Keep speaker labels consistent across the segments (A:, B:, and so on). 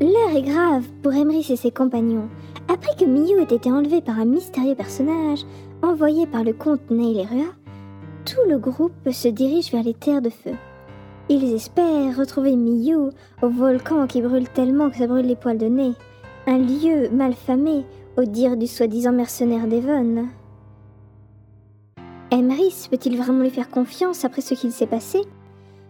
A: L'heure est grave pour Emrys et ses compagnons. Après que Miyu ait été enlevé par un mystérieux personnage, envoyé par le comte Neil Erua, tout le groupe se dirige vers les terres de feu. Ils espèrent retrouver Miyu au volcan qui brûle tellement que ça brûle les poils de nez, un lieu malfamé au dire du soi-disant mercenaire d'Evon. Emrys peut-il vraiment lui faire confiance après ce qu'il s'est passé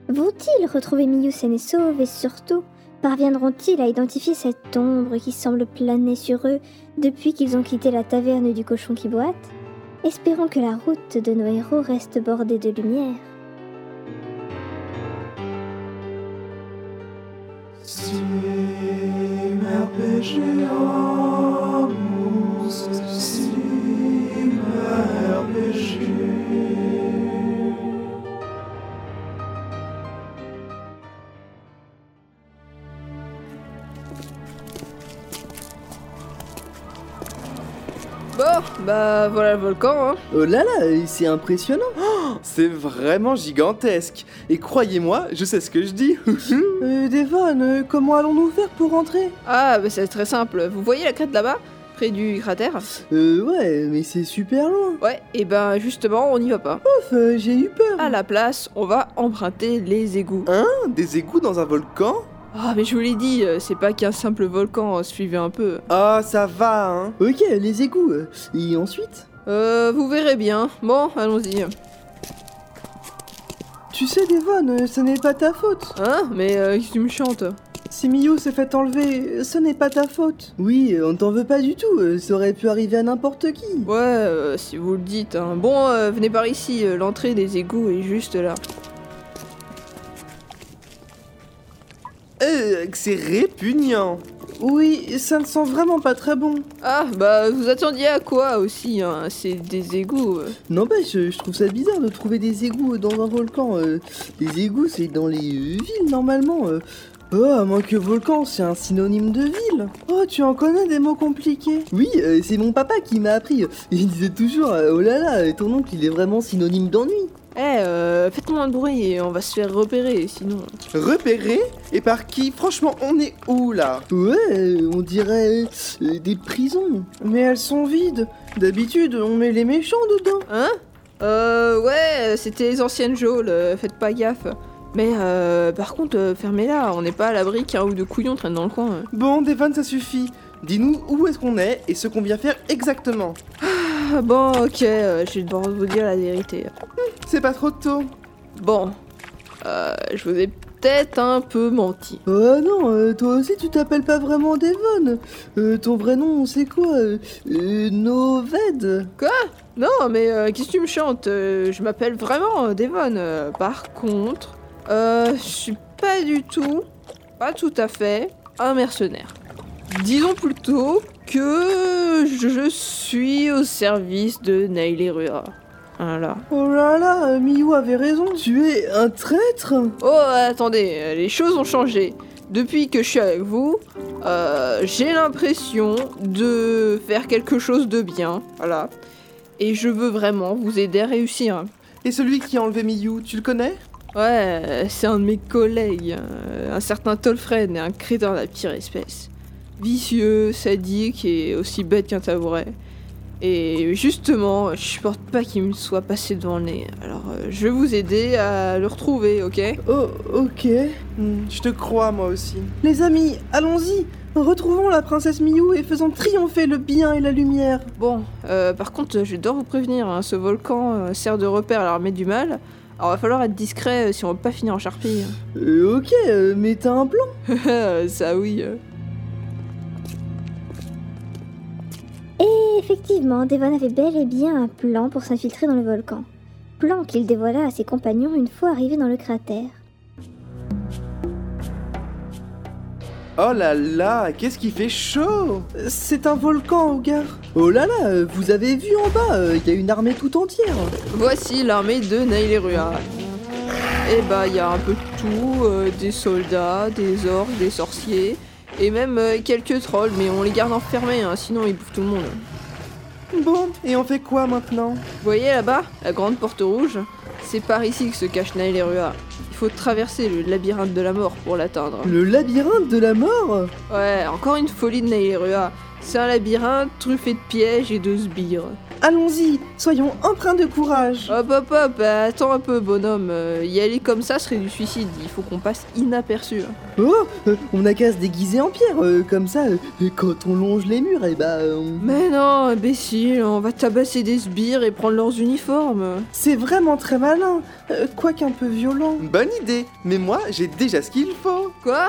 A: Vont-ils retrouver Miyu saine et sauve et surtout, parviendront-ils à identifier cette ombre qui semble planer sur eux depuis qu'ils ont quitté la taverne du cochon qui boite Espérons que la route de nos héros reste bordée de lumière.
B: S'immerger en mousse, s'immerger.
C: Bon, bah voilà le volcan, hein.
D: Oh là là, c'est impressionnant.
E: Oh, C'est vraiment gigantesque. Et croyez-moi, je sais ce que je dis.
D: Euh, Devon, euh, comment allons-nous faire pour rentrer
C: Ah, bah c'est très simple. Vous voyez la crête là-bas Près du cratère
D: Euh, ouais, mais c'est super loin.
C: Ouais, et ben justement, on n'y va pas.
D: Ouf, euh, j'ai eu peur.
C: À la place, on va emprunter les égouts.
E: Ah, Des égouts dans un volcan
C: Ah, mais je vous l'ai dit, euh, c'est pas qu'un simple volcan, euh, suivez un peu.
E: Ah, ça va, hein
D: Ok, les égouts. euh, Et ensuite
C: Euh, vous verrez bien. Bon, allons-y.
D: Tu sais, Devon, euh, ce n'est pas ta faute.
C: Hein Mais euh, qu'est-ce que tu me chantes
D: Si Miyu s'est fait enlever, ce n'est pas ta faute. Oui, euh, on ne t'en veut pas du tout. euh, Ça aurait pu arriver à n'importe qui.
C: Ouais, euh, si vous le dites. Hein. Bon, euh, venez par ici, euh, l'entrée des égouts est juste là.
E: Euh, c'est répugnant.
D: Oui, ça ne sent vraiment pas très bon.
C: Ah, bah vous attendiez à quoi aussi hein C'est des égouts. euh.
D: N'empêche, euh, je trouve ça bizarre de trouver des égouts dans un volcan. euh, Les égouts, c'est dans les euh, villes normalement. euh. Oh, à moins que volcan, c'est un synonyme de ville. Oh, tu en connais des mots compliqués. Oui, euh, c'est mon papa qui m'a appris. Il disait toujours, euh, oh là là, ton oncle, il est vraiment synonyme d'ennui.
C: Eh, euh, faites moins de bruit et on va se faire repérer sinon.
E: Repéré Et par qui Franchement, on est où là
D: Ouais, euh, on dirait euh, des prisons. Mais elles sont vides. D'habitude, on met les méchants dedans.
C: Hein Euh, ouais, c'était les anciennes geôles, euh, faites pas gaffe. Mais euh, par contre, euh, fermez-la, on n'est pas à l'abri qu'un ou deux couillons traînent dans le coin. hein.
E: Bon, Devon, ça suffit. Dis-nous où est-ce qu'on est et ce qu'on vient faire exactement.
C: Ah bon, ok, euh, je vais devoir vous dire la vérité.
E: C'est pas trop tôt.
C: Bon, euh, je vous ai peut-être un peu menti.
D: Oh non, euh, toi aussi tu t'appelles pas vraiment Devon. Euh, ton vrai nom c'est quoi euh, euh, Noved
C: Non, mais euh, qu'est-ce que tu me chantes Euh, Je m'appelle vraiment euh, Devon. Euh, par contre, euh, je suis pas du tout, pas tout à fait, un mercenaire. Disons plutôt que je suis au service de Nail Rua. Voilà.
D: Oh là là, euh, Miyu avait raison. Tu es un traître
C: Oh, attendez, euh, les choses ont changé. Depuis que je suis avec vous, euh, j'ai l'impression de faire quelque chose de bien. Voilà. Et je veux vraiment vous aider à réussir.
E: Et celui qui a enlevé Miyu, tu le connais
C: Ouais, c'est un de mes collègues, euh, un certain Tolfred, un crétin de la pire espèce. Vicieux, sadique et aussi bête qu'un tabouret. Et justement, je supporte pas qu'il me soit passé devant le nez. Alors, euh, je vais vous aider à le retrouver, ok
D: Oh, ok.
E: Hmm, Je te crois, moi aussi.
D: Les amis, allons-y Retrouvons la princesse Miyu et faisons triompher le bien et la lumière.
C: Bon, euh, par contre, je dois vous prévenir, hein, ce volcan euh, sert de repère à l'armée du mal. Alors, va falloir être discret euh, si on veut pas finir en charpie.
D: Euh, ok, euh, mais t'as un plan
C: Ça, oui. euh.
A: Et effectivement, Devon avait bel et bien un plan pour s'infiltrer dans le volcan. Plan qu'il dévoila à ses compagnons une fois arrivé dans le cratère.
E: Oh là là, qu'est-ce qui fait chaud
D: C'est un volcan, Hogar. Oh là là, euh, vous avez vu en bas, euh, il y a une armée tout entière.
C: Voici l'armée de Naïlerua. Et bah, il y a un peu de tout euh, des soldats, des orques, des sorciers, et même euh, quelques trolls, mais on les garde enfermés, hein, sinon ils bouffent tout le monde.
E: Bon, et on fait quoi maintenant
C: Vous voyez là-bas, la grande porte rouge C'est par ici que se cache Naïlerua. Il faut traverser le labyrinthe de la mort pour l'atteindre.
D: Le labyrinthe de la mort
C: Ouais, encore une folie de Naillerua. C'est un labyrinthe truffé de pièges et de sbires.
D: Allons-y, soyons empreints de courage.
C: Hop hop hop, euh, attends un peu bonhomme, Euh, y aller comme ça serait du suicide, il faut qu'on passe inaperçu. hein.
D: Oh, euh, on a qu'à se déguiser en pierre, euh, comme ça, euh, et quand on longe les murs, et bah... euh, on-
C: Mais non, imbécile, on va tabasser des sbires et prendre leurs uniformes.
D: C'est vraiment très malin, euh, quoique un peu violent.
E: Bonne idée, mais moi j'ai déjà ce qu'il faut.
C: Quoi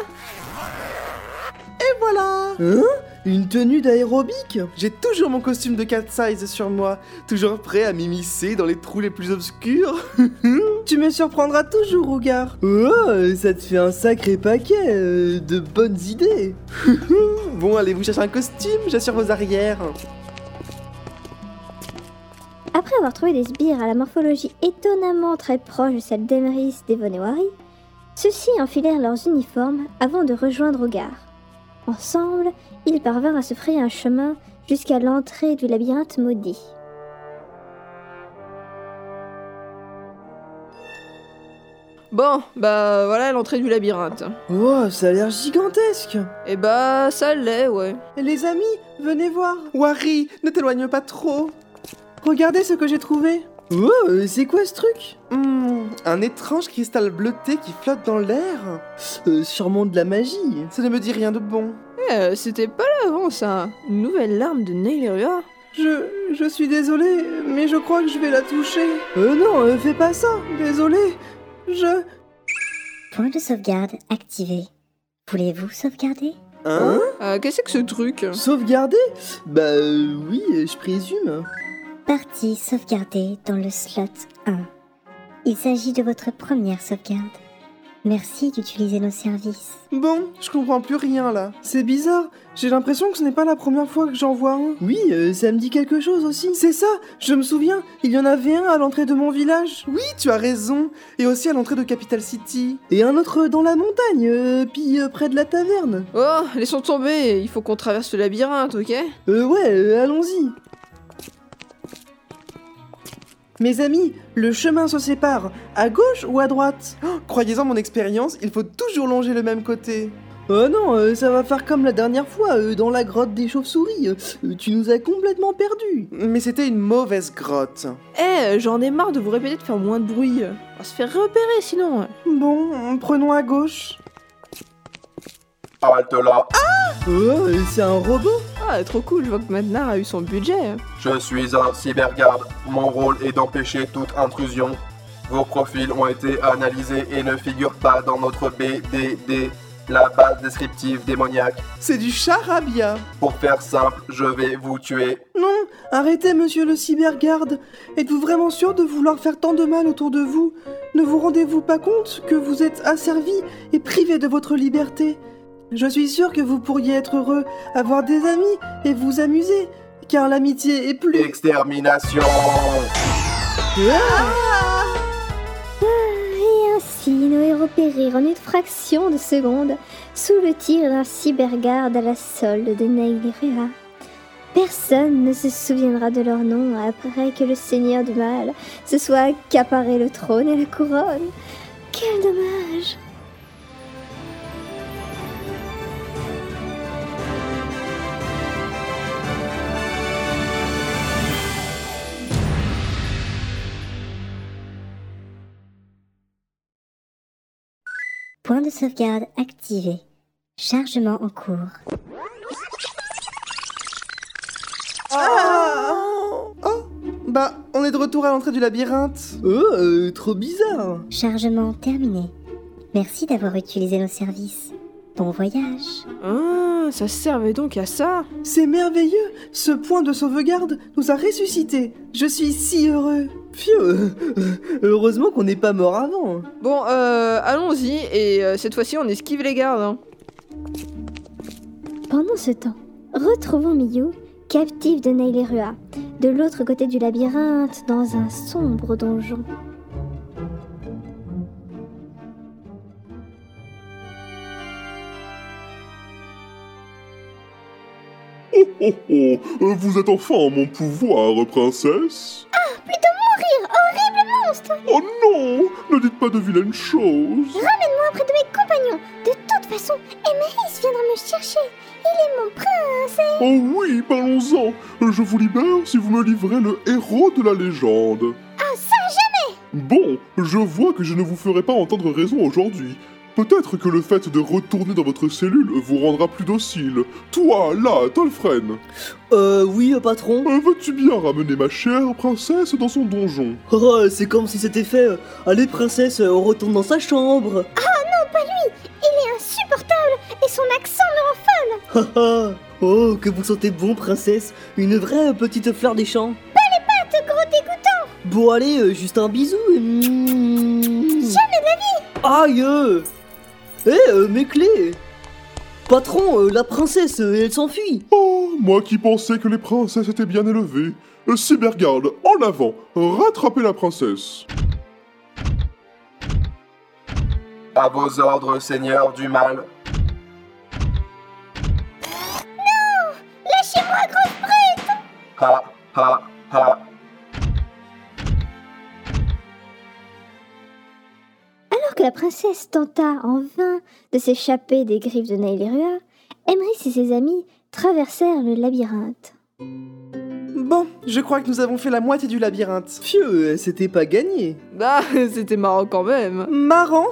E: Voilà
D: Hein Une tenue d'aérobic
E: J'ai toujours mon costume de cat size sur moi, toujours prêt à m'immiscer dans les trous les plus obscurs.
D: Tu me surprendras toujours, Rougar. Oh, euh, ça te fait un sacré paquet euh, de bonnes idées.
E: Bon, allez vous chercher un costume, j'assure vos arrières.
A: Après avoir trouvé des sbires à la morphologie étonnamment très proche de celle d'Emeris, Devon et Wari, ceux-ci enfilèrent leurs uniformes avant de rejoindre Hogar. Ensemble, ils parvinrent à se frayer un chemin jusqu'à l'entrée du labyrinthe maudit.
C: Bon, bah voilà l'entrée du labyrinthe.
D: Oh, ça a l'air gigantesque.
C: Et bah ça l'est, ouais.
D: Les amis, venez voir.
E: Wari, ne t'éloigne pas trop.
D: Regardez ce que j'ai trouvé. Oh, euh, c'est quoi ce truc
E: Hmm, un étrange cristal bleuté qui flotte dans l'air.
D: Euh, Sûrement de la magie.
E: Ça ne me dit rien de bon.
C: Eh, euh, c'était pas là avant ça. Une nouvelle larme de Naillerua
D: Je, je suis désolé, mais je crois que je vais la toucher. Euh non, euh, fais pas ça, désolé. Je...
F: Point de sauvegarde activé. Voulez-vous sauvegarder
E: Hein
C: Euh, Qu'est-ce que c'est que ce truc
D: Sauvegarder Bah euh, oui, euh, je présume.
F: Partie sauvegardée dans le slot 1. Il s'agit de votre première sauvegarde. Merci d'utiliser nos services.
E: Bon, je comprends plus rien là.
D: C'est bizarre, j'ai l'impression que ce n'est pas la première fois que j'en vois un. Oui, euh, ça me dit quelque chose aussi. C'est ça, je me souviens, il y en avait un à l'entrée de mon village.
E: Oui, tu as raison. Et aussi à l'entrée de Capital City.
D: Et un autre dans la montagne, euh, puis euh, près de la taverne.
C: Oh, laissons tomber, il faut qu'on traverse le labyrinthe, ok
D: Euh ouais, euh, allons-y. Mes amis, le chemin se sépare, à gauche ou à droite
E: Oh, Croyez-en mon expérience, il faut toujours longer le même côté.
D: Oh non, euh, ça va faire comme la dernière fois, euh, dans la grotte des chauves-souris. Euh, tu nous as complètement perdus.
E: Mais c'était une mauvaise grotte.
C: Eh, j'en ai marre de vous répéter de faire moins de bruit. On va se faire repérer sinon.
D: Bon, prenons à gauche.
G: Halte là,
D: Oh, euh, c'est un robot
C: Ah, trop cool, je vois que Madnar a eu son budget.
G: je suis un cybergarde. Mon rôle est d'empêcher toute intrusion. Vos profils ont été analysés et ne figurent pas dans notre BDD, la base descriptive démoniaque.
E: C'est du charabia.
G: Pour faire simple, je vais vous tuer.
D: Non, arrêtez, monsieur le cybergarde. Êtes-vous vraiment sûr de vouloir faire tant de mal autour de vous Ne vous rendez-vous pas compte que vous êtes asservi et privé de votre liberté Je suis sûr que vous pourriez être heureux, avoir des amis et vous amuser, car l'amitié est plus...
G: Extermination
A: Et ainsi, nos héros périrent en une fraction de seconde sous le tir d'un cybergarde à la solde de Nailirua. Personne ne se souviendra de leur nom après que le seigneur du mal se soit accaparé le trône et la couronne. Quel dommage
F: Point de sauvegarde activé. Chargement en cours.
D: Ah
E: Bah, on est de retour à l'entrée du labyrinthe.
D: Oh, euh, trop bizarre
F: Chargement terminé. Merci d'avoir utilisé nos services. Bon voyage.
C: Ah, ça servait donc à ça
D: C'est merveilleux Ce point de sauvegarde nous a ressuscités Je suis si heureux Pfiou euh, Heureusement qu'on n'est pas mort avant
C: Bon, euh, allons-y, et euh, cette fois-ci on esquive les gardes. hein.
A: Pendant ce temps, retrouvons Miyu, captive de Nailirua, de l'autre côté du labyrinthe, dans un sombre donjon.
H: Oh oh oh, euh, vous êtes enfin en mon pouvoir, princesse
A: Plutôt Ah, mourir horriblement
H: Oh non Ne dites pas de vilaines choses
A: Ramène-moi près de mes compagnons De toute façon, Emeris viendra me chercher Il est mon prince
H: Oh oui, parlons-en Je vous libère si vous me livrez le héros de la légende.
A: Ah ça,
H: Bon, je vois que je ne vous ferai pas entendre raison aujourd'hui. Peut-être que le fait de retourner dans votre cellule vous rendra plus docile. Toi, là, Tolfren,
D: Euh, oui, euh, patron
H: euh, veux-tu bien ramener ma chère princesse dans son donjon
D: Oh, c'est comme si c'était fait. euh, allez, princesse, euh, on retourne dans sa chambre
A: Ah il est insupportable Et son accent me rend folle
D: Ah, ah. Oh, que vous sentez bon, princesse Une vraie petite fleur des champs
A: Te gros dégoûtant
D: Bon, allez, euh, juste un bisou et... Jamais Aïe euh. Eh, euh, mes clés Patron, euh, la princesse, euh, elle s'enfuit
H: Oh, moi qui pensais que les princesses étaient bien élevées. Euh, Cybergarde, en avant, rattrapez la princesse.
G: À vos ordres, seigneur du mal.
A: Lâchez-moi, gros
G: Ha, ha, ha.
A: Alors que la princesse tenta en vain de s'échapper des griffes de Nailirua, Emrys et ses amis traversèrent le labyrinthe.
E: Bon, je crois que nous avons fait la moitié du labyrinthe.
D: Fieu, euh, c'était pas gagné
C: Bah, c'était marrant quand même.
D: Mm. Marrant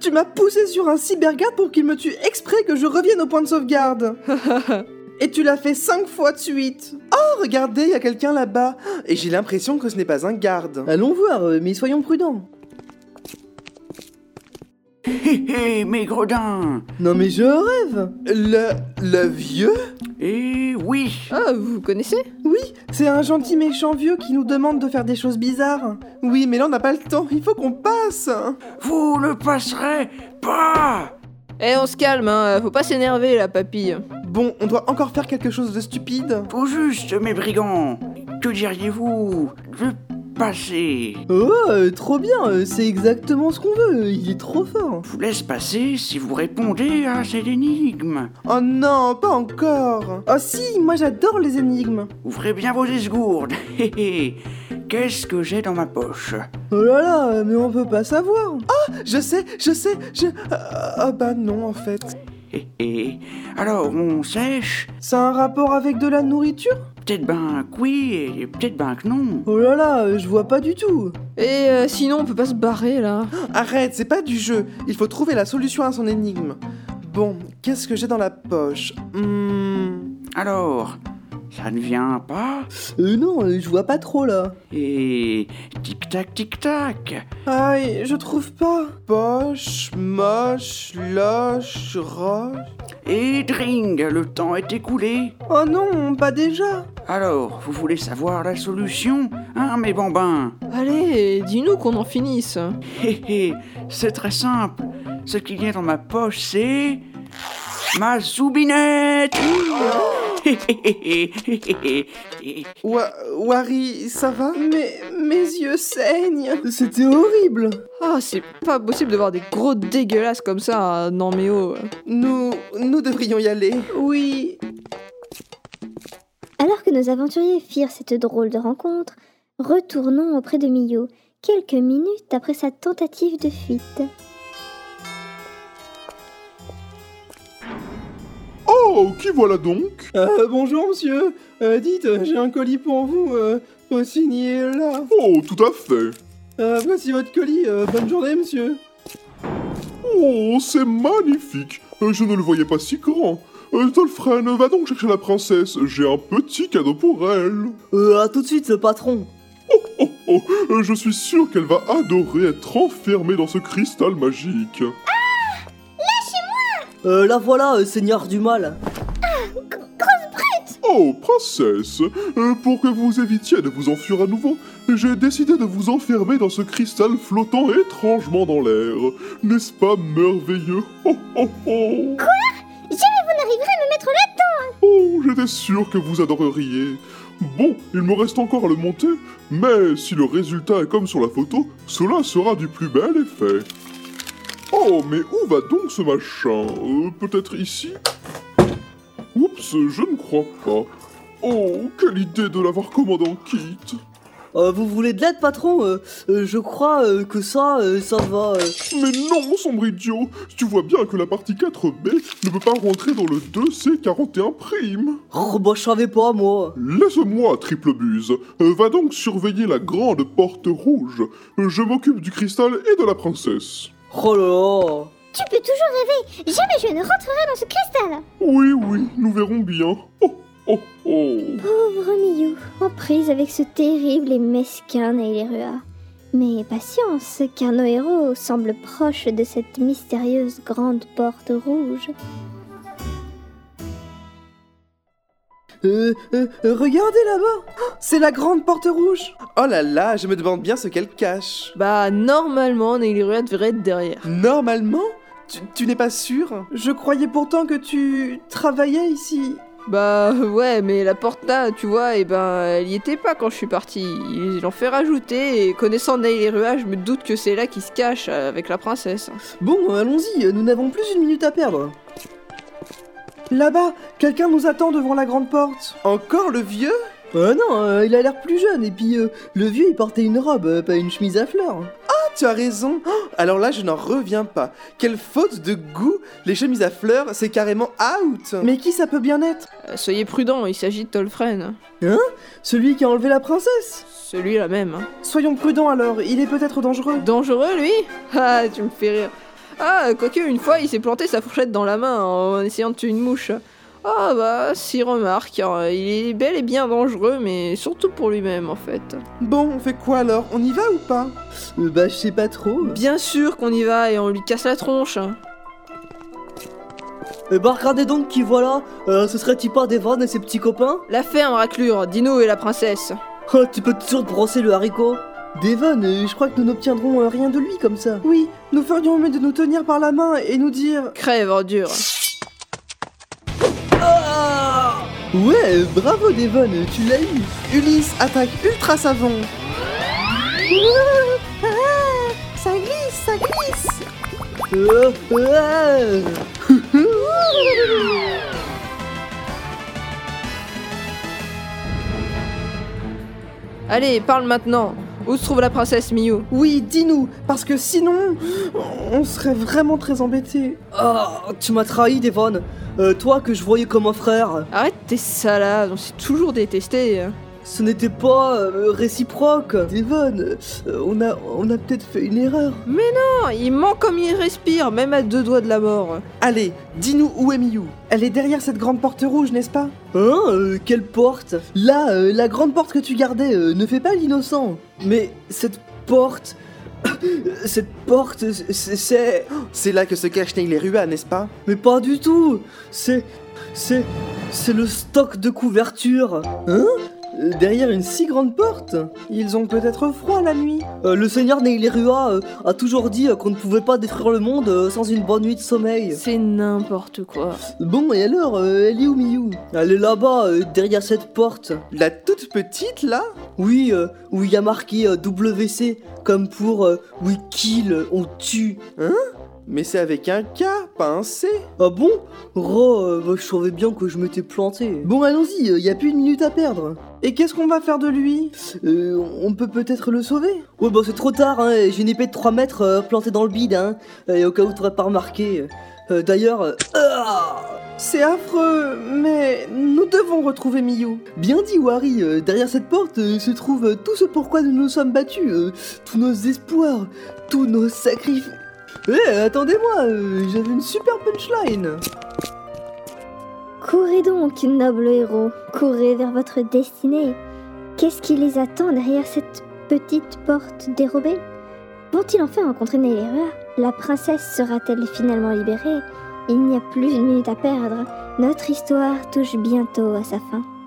D: Tu m'as poussé sur un cybergarde pour qu'il me tue exprès que je revienne au point de sauvegarde
E: Et tu l'as fait cinq fois de suite. Oh, regardez, il y a quelqu'un là-bas. Et j'ai l'impression que ce n'est pas un garde.
D: Allons voir, euh, mais soyons prudents
I: Hé hé, Eh, mes gredins
D: Non mais je rêve
E: Le... le vieux
I: Eh oui
C: Ah, vous connaissez
E: Oui, c'est un gentil méchant vieux qui nous demande de faire des choses bizarres. Oui, mais là, on n'a pas le temps. Il faut qu'on passe.
I: Vous ne passerez pas
C: Eh, on se calme, hein, faut pas s'énerver, la papille.
E: Bon, on doit encore faire quelque chose de stupide.
I: Tout juste, mes brigands Que diriez-vous de passer
D: Oh, euh, trop bien, euh, c'est exactement ce qu'on veut, euh, il est trop fort
I: Je vous laisse passer si vous répondez à cette énigme.
E: Oh non, pas encore. Oh si, moi j'adore les énigmes.
I: Ouvrez bien vos esgourdes. Hé hé Qu'est-ce que j'ai dans ma poche
D: Oh là là, euh, mais on peut pas savoir
E: Oh, Je sais, je sais, je... Ah ah bah non, en fait.
I: Hé hé Alors, on sèche
E: Ça a un rapport avec de la nourriture
I: Peut-être ben que oui et peut-être ben que non.
D: Oh là là, euh, je vois pas du tout
C: Et euh, sinon, on peut pas se barrer, là.
E: Arrête, c'est pas du jeu. Il faut trouver la solution à son énigme. Bon, qu'est-ce que j'ai dans la poche Hmm,
I: Alors, ça ne vient pas
D: Euh non, euh, je vois pas trop là
I: Et tic-tac, tic-tac.
D: Ah
E: Aïe, je trouve pas. Poche, moche, loche, roche...
I: Et dring, le temps est écoulé.
E: Oh non, pas déjà.
I: Alors, vous voulez savoir la solution Hein, mes bambins
C: Allez, dis-nous qu'on en finisse.
I: Hé hé, c'est très simple. Ce qu'il y a dans ma poche, c'est... Ma zoubinette Hé hé hé hé hé hé hé.
E: Wa- Wari, ça va
D: Mais mes yeux saignent C'était horrible
C: Ah, c'est pas possible de voir des gros dégueulasses comme ça. euh, Non, mais oh.
E: Nous... nous devrions y aller.
D: Oui
A: Alors que nos aventuriers firent cette drôle de rencontre, retournons auprès de Mio, quelques minutes après sa tentative de fuite.
H: Oh, qui voilà donc
D: Euh, bonjour monsieur, Euh, dites, euh, j'ai un colis pour vous, euh, faut signer là.
H: Oh, tout à fait.
D: Euh, voici votre colis, Euh, bonne journée monsieur.
H: Oh, c'est magnifique Euh, Je ne le voyais pas si grand. Euh, Tolfren, va donc chercher la princesse, j'ai un petit cadeau pour elle.
D: Euh, à tout de suite patron.
H: Oh oh, euh, je suis sûr qu'elle va adorer être enfermée dans ce cristal magique.
D: Euh, la voilà, euh, seigneur du mal.
H: Oh, princesse, euh, pour que vous évitiez de vous enfuir à nouveau, j'ai décidé de vous enfermer dans ce cristal flottant étrangement dans l'air. N'est-ce pas merveilleux Oh oh oh
A: Jamais vous n'arriverez à me mettre là
H: Oh, j'étais sûr que vous adoreriez. Bon, il me reste encore à le monter, mais si le résultat est comme sur la photo, cela sera du plus bel effet. Oh, mais où va donc ce machin Euh, Peut-être ici Oups, je ne crois pas. Oh, quelle idée de l'avoir commandé en kit.
D: Euh, vous voulez de l'aide, patron Euh, euh, Je crois euh, que ça, euh, ça va. euh.
H: Mais non, sombre idiot Tu vois bien que la partie 4B ne peut pas rentrer dans le 2C41'. prime.
D: Oh, bah, je savais pas, moi.
H: Laisse-moi, triple buse. Euh, va donc surveiller la grande porte rouge. Euh, Je m'occupe du cristal et de la princesse.
D: Oh là là.
A: Tu peux toujours rêver Jamais je ne rentrerai dans ce cristal
H: Oui, oui, nous verrons bien. Oh, oh, oh
A: Pauvre Miou, en prise avec ce terrible et mesquin Nailérua. Mais patience, car nos héros semblent proches de cette mystérieuse grande porte rouge.
D: Euh, euh, euh, regardez là-bas Oh, C'est la grande porte rouge
E: Oh là là, je me demande bien ce qu'elle cache.
C: Bah, normalement, Neilirua devrait être derrière.
E: Normalement Tu, tu n'es pas sûr
D: Je croyais pourtant que tu travaillais ici.
C: Bah, ouais, mais la porte là, tu vois, et ben, elle y était pas quand je suis parti. Ils l'ont fait rajouter, et connaissant Neilirua, je me doute que c'est là qu'il se cache euh, avec la princesse.
D: Bon, euh, allons-y, nous n'avons plus une minute à perdre. Là-bas, quelqu'un nous attend devant la grande porte.
E: Encore le vieux
D: Euh non, euh, il a l'air plus jeune, et puis euh, le vieux il portait une robe, euh, pas une chemise à fleurs.
E: Ah, tu as raison Oh, Alors là, je n'en reviens pas. Quelle faute de goût Les chemises à fleurs, c'est carrément out
D: Mais qui ça peut bien être
C: Euh, soyez prudents, il s'agit de Tolfren. hein.
D: Celui qui a enlevé la princesse
C: Celui-là même. hein.
D: Soyons prudents alors, il est peut-être dangereux.
C: Dangereux, lui Ah, tu me fais rire. Ah, quoique, une fois, il s'est planté sa fourchette dans la main en essayant de tuer une mouche. Ah bah, si remarque, car, euh, il est bel et bien dangereux, mais surtout pour lui-même, en fait.
E: Bon, on fait quoi alors On y va ou pas
D: Euh, bah je sais pas trop.
C: Bien sûr qu'on y va et on lui casse la tronche. hein.
D: Euh, bah regardez donc qui voilà, euh, ce serait-il pas Devan et ses petits copains
C: La ferme, raclure, Dino et la princesse.
D: Oh, tu peux toujours brosser le haricot Devon, euh, je crois que nous n'obtiendrons euh, rien de lui comme ça. Oui, nous ferions mieux de nous tenir par la main et nous dire...
C: Crève, ordure.
D: Ouais, euh, bravo Devon, euh, tu l'as eu
E: Ulysse attaque ultra savon
D: Euh, euh,
C: Allez, parle maintenant. Où se trouve la princesse Miou
D: Oui, dis-nous, parce que sinon, on serait vraiment très embêtés. Ah, tu m'as trahi, Devon. Euh, toi que je voyais comme un frère,
C: Arrête tes salades, on s'est toujours détesté.
D: ce n'était pas euh, réciproque. Devon, euh, on a, on a peut-être fait une erreur.
C: Non, Oh, il ment comme il respire, même à deux doigts de la mort.
E: Allez, dis-nous où est Miou
D: Elle est derrière cette grande porte rouge, n'est-ce pas Hein euh, Quelle porte Là, euh, la grande porte que tu gardais, euh, ne fais pas l'innocent. Mais cette porte... cette porte, c'est- c'est...
E: C'est là que se cache Neil et Rua, n'est-ce pas
D: Mais pas du tout C'est. C'est. C'est le stock de couverture Hein Euh, Derrière une si grande porte Ils ont peut-être froid la nuit Euh, Le seigneur Neilerua euh, a toujours dit euh, qu'on ne pouvait pas détruire le monde euh, sans une bonne nuit de sommeil.
C: C'est n'importe quoi.
D: Bon, et alors, euh, elle est où Miyu Elle est là-bas, euh, derrière cette porte.
E: La toute petite, là
D: Oui, euh, où il y a marqué euh, WC, comme pour euh, We kill, euh, on tue.
E: Mais c'est avec un K, pas un C
D: Ah bon Oh, euh, bah, je savais bien que je m'étais planté. Bon, allons-y, il a plus une minute à perdre. Et qu'est-ce qu'on va faire de lui Euh, On peut peut-être le sauver Ouais, bah c'est trop tard, hein, j'ai une épée de 3 mètres euh, plantée dans le bide, hein. Et au cas où t'aurais pas remarqué. Euh, D'ailleurs... euh, ah
E: C'est affreux, mais nous devons retrouver Miyu.
D: Bien dit, Wari, euh, derrière cette porte euh, se trouve euh, tout ce pourquoi nous nous sommes battus, euh, tous nos espoirs, tous nos sacrifices. Eh, attendez-moi, euh, j'avais une super punchline
A: Courez donc, noble héros, courez vers votre destinée. Qu'est-ce qui les attend derrière cette petite porte dérobée Vont-ils enfin rencontrer Nailérua La princesse sera-t-elle finalement libérée Il n'y a plus une minute à perdre. Notre histoire touche bientôt à sa fin.